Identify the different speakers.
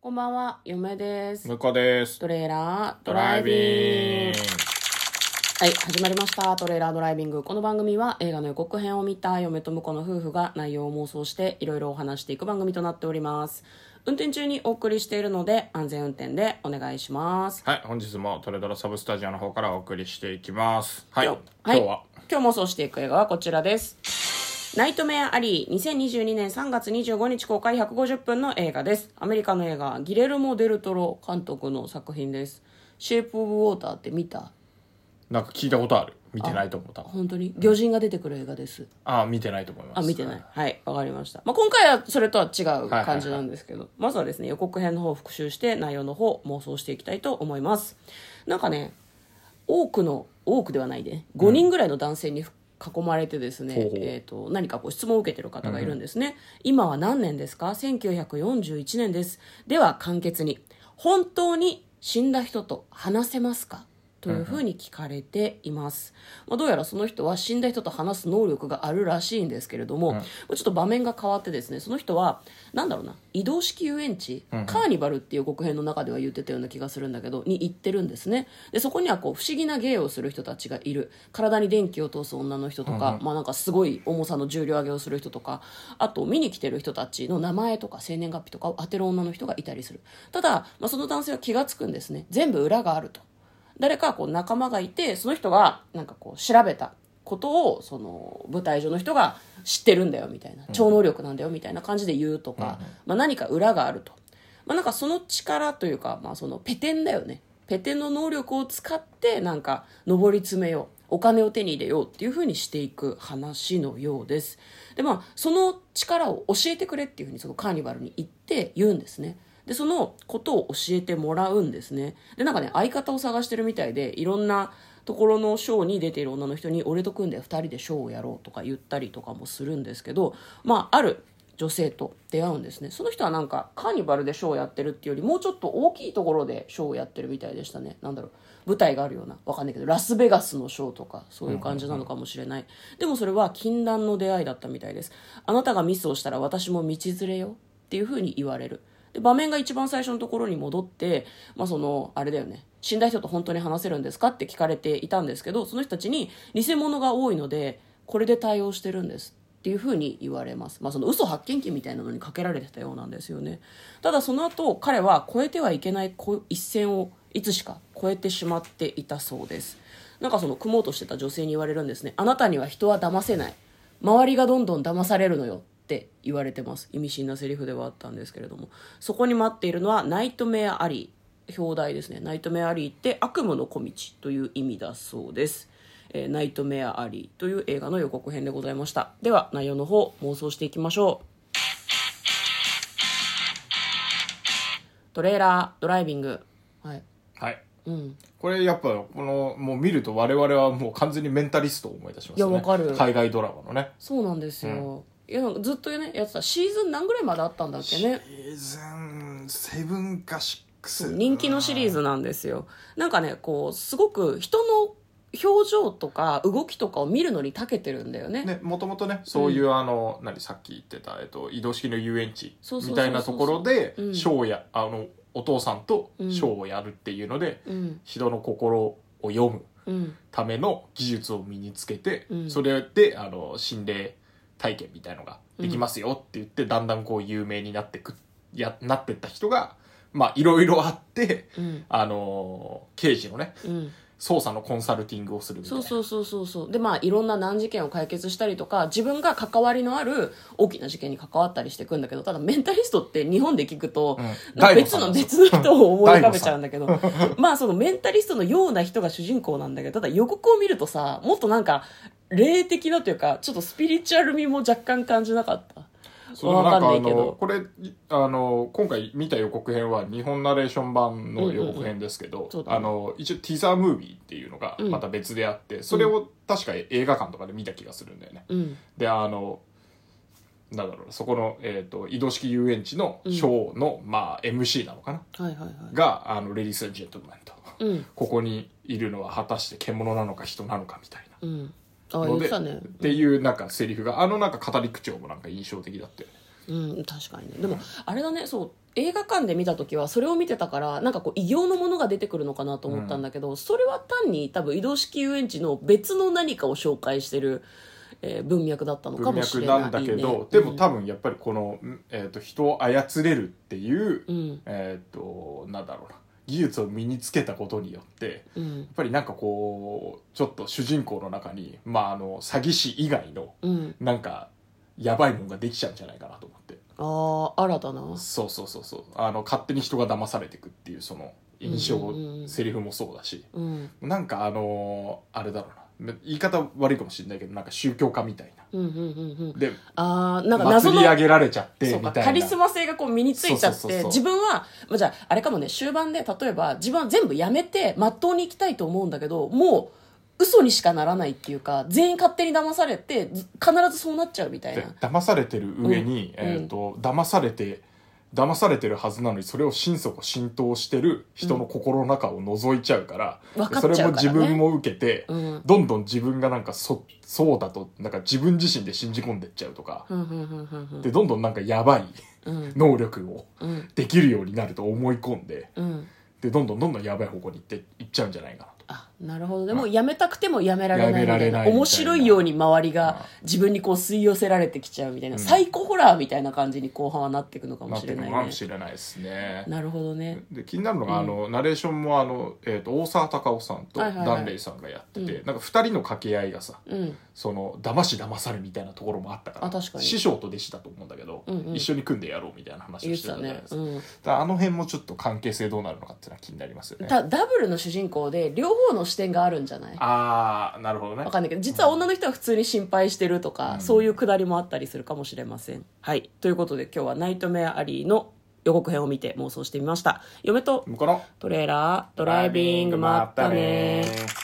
Speaker 1: こんばんは、嫁です。
Speaker 2: 向こうです。
Speaker 1: トレーラード
Speaker 2: ド
Speaker 1: ラ
Speaker 2: ラ
Speaker 1: イ
Speaker 2: イ
Speaker 1: ビ
Speaker 2: ビ
Speaker 1: ン
Speaker 2: ン
Speaker 1: グ。はい、始まりました。トレーラードライビング。この番組は映画の予告編を見た嫁と婿の夫婦が内容を妄想していろいろお話していく番組となっております。運転中にお送りしているので安全運転でお願いします。
Speaker 2: はい、本日もトレドラサブスタジオの方からお送りしていきます。はい、
Speaker 1: よ
Speaker 2: 今日は、
Speaker 1: 今日妄想していく映画はこちらです。ナイトメアアリー2022年3月25日公開150分の映画です。アメリカの映画、ギレルモ・デルトロ監督の作品です。シェイプ・オブ・ウォーターって見た
Speaker 2: なんか聞いたことある。見てないと思った。
Speaker 1: 本当に魚人が出てくる映画です。
Speaker 2: あ、見てないと思います。
Speaker 1: あ、見てない。はい、わかりました。まあ、今回はそれとは違う感じなんですけど、まずはですね、予告編の方を復習して内容の方を妄想していきたいと思います。なんかね、多くの、多くではないで、5人ぐらいの男性に囲まれてですね、
Speaker 2: ほうほう
Speaker 1: えっ、と、何かこう質問を受けてる方がいるんですね。今は何年ですか ?1941 年です。では、簡潔に、本当に死んだ人と話せますかというふうに聞かれています、まあ、どうやらその人は死んだ人と話す能力があるらしいんですけれども、ちょっと場面が変わってですねその人はなんだろうな移動式遊園地、カーニバルっていう国編の中では言ってたような気がするんだけどに行ってるんですねでそこにはこう不思議な芸をする人たちがいる体に電気を通す女の人とか、まあ、なんかすごい重さの重量上げをする人とかあと見に来てる人たちの名前とか生年月日とかを当てる女の人がいたりするただ、まあ、その男性は気が付くんですね全部裏があると。誰かこう仲間がいてその人がなんかこう調べたことをその舞台上の人が知ってるんだよみたいな超能力なんだよみたいな感じで言うとか、まあ、何か裏があると、まあ、なんかその力というか、まあ、そのペテンだよねペテンの能力を使ってなんか上り詰めようお金を手に入れようっていうふうにしていく話のようですでまあその力を教えてくれっていうふうにそのカーニバルに行って言うんですねでそのことを教えてもらうんですねでなんかね相方を探してるみたいでいろんなところのショーに出ている女の人に「俺と組んで2人でショーをやろう」とか言ったりとかもするんですけどまあある女性と出会うんですねその人はなんかカーニバルでショーをやってるっていうよりもうちょっと大きいところでショーをやってるみたいでしたねなんだろう舞台があるようなわかんないけどラスベガスのショーとかそういう感じなのかもしれない、でもそれは禁断の出会いだったみたいですあなたがミスをしたら私も道連れよっていうふうに言われるで場面が一番最初のところに戻って、まあ、そのあれだよね死んだ人と本当に話せるんですかって聞かれていたんですけどその人たちに偽物が多いのでこれで対応してるんですっていうふうに言われます、まあ、その嘘発見器みたいなのにかけられてたようなんですよねただその後彼は越えてはいけないこ一線をいつしか越えてしまっていたそうですなんかその組もうとしてた女性に言われるんですねあなたには人は騙せない周りがどんどん騙されるのよって言われてます意味深なセリフではあったんですけれどもそこに待っているのはナイトメアアリー表題ですねナイトメアアリーって悪夢の小道という意味だそうです、えーナイトメアアリーという映画の予告編でございましたでは内容の方妄想していきましょうトレーラードライビングはい
Speaker 2: はい。
Speaker 1: うん
Speaker 2: これやっぱ、この、もう見ると我々はもう完全にメンタリストを思い出しますね。
Speaker 1: いやわかる
Speaker 2: 海外ドラマのね。
Speaker 1: そうなんですよ、いやずっとねやってたシーズン何ぐらいまであったんだっけね
Speaker 2: シーズン7か6。
Speaker 1: 人気のシリーズなんですよなんかねこうすごく人の表情とか動きとかを見るのに長けてるんだよね
Speaker 2: ね、もともとね、そういう、あの、何、さっき言ってた、えっと、移動式の遊園地
Speaker 1: そうそうそうそう
Speaker 2: みたいなところで、シ
Speaker 1: うん
Speaker 2: ョーや、あの、お父さんとシ
Speaker 1: う
Speaker 2: ョ
Speaker 1: ん
Speaker 2: ーをやるっていうので、
Speaker 1: うん
Speaker 2: 人の心を読む
Speaker 1: うん
Speaker 2: ための技術を身につけて、
Speaker 1: うん
Speaker 2: それで、あの、心霊体験みたいのができますよって言って、だんだんこう有名になってく、や、なってった人が、まあ、いろいろあって、
Speaker 1: うん
Speaker 2: あの、刑事のね、
Speaker 1: うん
Speaker 2: 捜査のコンサルティングをするみたい
Speaker 1: そ
Speaker 2: な。
Speaker 1: うそうそうそうそうでまあいろんな難事件を解決したりとか自分が関わりのある大きな事件に関わったりしていくんだけどただメンタリストって日本で聞くと、
Speaker 2: うん
Speaker 1: なんか
Speaker 2: 大悟
Speaker 1: 別
Speaker 2: さん
Speaker 1: の
Speaker 2: なんです
Speaker 1: 別の人を思い浮かべちゃうんだけど まあそのメンタリストのような人が主人公なんだけどただ予告を見るとさもっとなんか霊的なというかちょっとスピリチュアル味も若干感じなかった
Speaker 2: そう
Speaker 1: わかんない
Speaker 2: ん
Speaker 1: け
Speaker 2: かあの
Speaker 1: ど
Speaker 2: これいあの今回見た予告編は日本ナレーション版の予告編ですけど、
Speaker 1: うんそうだね
Speaker 2: あの一応ティザームービーっていうのが
Speaker 1: うん
Speaker 2: また別であって、それを確か映画館とかで見た気がするんだよね。
Speaker 1: うん
Speaker 2: であのなんだろうなそこの、えー、と移動式遊園地のショーの、まあ、MC なのかな
Speaker 1: はいはいはい
Speaker 2: が「あのレディース・ジェントルメンと」
Speaker 1: うん
Speaker 2: ここにいるのは果たして獣なのか人なのかみたいな。
Speaker 1: うんああ言
Speaker 2: の
Speaker 1: っ
Speaker 2: で
Speaker 1: てたね
Speaker 2: っていうなんかセリフがあのなんか語り口調もなんか印象的だったよね
Speaker 1: うん確かにねでもあれだねそう映画館で見た時はそれを見てたからなんかこう異形のものが出てくるのかなと思ったんだけど、それは単に多分移動式遊園地の別の何かを紹介してる、えー文脈だったのか
Speaker 2: 文
Speaker 1: もし
Speaker 2: 脈
Speaker 1: れない、
Speaker 2: な
Speaker 1: ね、
Speaker 2: んだけど、でも多分やっぱりこの、んえー、と人を操れるっていう、
Speaker 1: うん
Speaker 2: えっ、となんだろうな技術を身につけたことによって
Speaker 1: うん
Speaker 2: やっぱりなんかこうちょっと主人公の中に、まあ、あの詐欺師以外の
Speaker 1: うん
Speaker 2: なんかやばいもんができちゃうんじゃないかなと思って
Speaker 1: ああ新たな
Speaker 2: そうそうそうそうあの勝手に人が騙されてくっていうその印象、
Speaker 1: うんうんうん
Speaker 2: セリフもそうだし
Speaker 1: うん
Speaker 2: なんかあのーあれだろうな言い方悪いかもしれないけどなんか宗教家みたいな
Speaker 1: うんうんうんうん
Speaker 2: で
Speaker 1: ああなんか謎
Speaker 2: 祭
Speaker 1: の
Speaker 2: り上げられちゃってみ
Speaker 1: そう
Speaker 2: たいな
Speaker 1: かカリスマ性がこう身についちゃって
Speaker 2: そうそうそうそう
Speaker 1: 自分は、まあ、じゃああれかもね終盤で例えば自分は全部やめてまっとうに行きたいと思うんだけどもう嘘にしかならないっていうか全員勝手に騙されてず必ずそうなっちゃうみたい
Speaker 2: で
Speaker 1: な
Speaker 2: 騙されてる上
Speaker 1: う
Speaker 2: に、
Speaker 1: ん
Speaker 2: えー、と騙されて騙されてるはずなのにそれを心底浸透してる人の心の中を覗いちゃうから、
Speaker 1: うん分かっちゃ
Speaker 2: そ
Speaker 1: か
Speaker 2: う
Speaker 1: らね
Speaker 2: れも自分も受けて、
Speaker 1: うん
Speaker 2: どんどん自分がなんかそそうだとなんか自分自身で信じ込んでっちゃうとか、
Speaker 1: うんうんうんうんうん
Speaker 2: でどんどんなんかやばい
Speaker 1: うん
Speaker 2: 能力を
Speaker 1: うん
Speaker 2: できるようになると思い込んで
Speaker 1: うん
Speaker 2: でどんどんどんどんやばい方向に行っていっちゃうんじゃないかなと。
Speaker 1: あなるほどでもうやめたくてもやめられないみ
Speaker 2: やめら
Speaker 1: た
Speaker 2: れ
Speaker 1: い
Speaker 2: ない
Speaker 1: な
Speaker 2: みたいな
Speaker 1: 面白いように周り
Speaker 2: うん
Speaker 1: が自分にこう吸い寄せられてきちゃうみたいな、
Speaker 2: うん
Speaker 1: サイコホラーみたいな感じに後半はなっていくのかも
Speaker 2: なっ
Speaker 1: してれ
Speaker 2: る
Speaker 1: な
Speaker 2: の
Speaker 1: い
Speaker 2: か
Speaker 1: ね
Speaker 2: もしれないですね。
Speaker 1: なるほどね
Speaker 2: で気になるのが、あのナレーションもあの、えー、と大沢たかおさんと
Speaker 1: はいはいはい
Speaker 2: ダンレイさんがやってて、なんか2人の掛け合いがさ
Speaker 1: うん
Speaker 2: その騙し騙されみたいなところもあったから
Speaker 1: あ確かに
Speaker 2: 師匠と弟子だと思うんだけど、
Speaker 1: うんうん
Speaker 2: 一緒に組んでやろうみたいな話
Speaker 1: 言
Speaker 2: を
Speaker 1: っ
Speaker 2: しててた
Speaker 1: た
Speaker 2: じゃない
Speaker 1: ね
Speaker 2: です
Speaker 1: う
Speaker 2: か,、
Speaker 1: ん
Speaker 2: あの辺もちょっと関係性どうなるのかっていうのは気になりますよね
Speaker 1: たダブルの主人公で両方の視点があるんじゃない
Speaker 2: ああなるほどね
Speaker 1: わかんないけど実は女の人は普通に心配してるとか、
Speaker 2: うん
Speaker 1: そういうくだりもあったりするかもしれませんはいということで今日は「ナイトメアアリー」の予告編を見て妄想してみました嫁と
Speaker 2: 向こうの
Speaker 1: トレーラードライビングまったね
Speaker 2: ー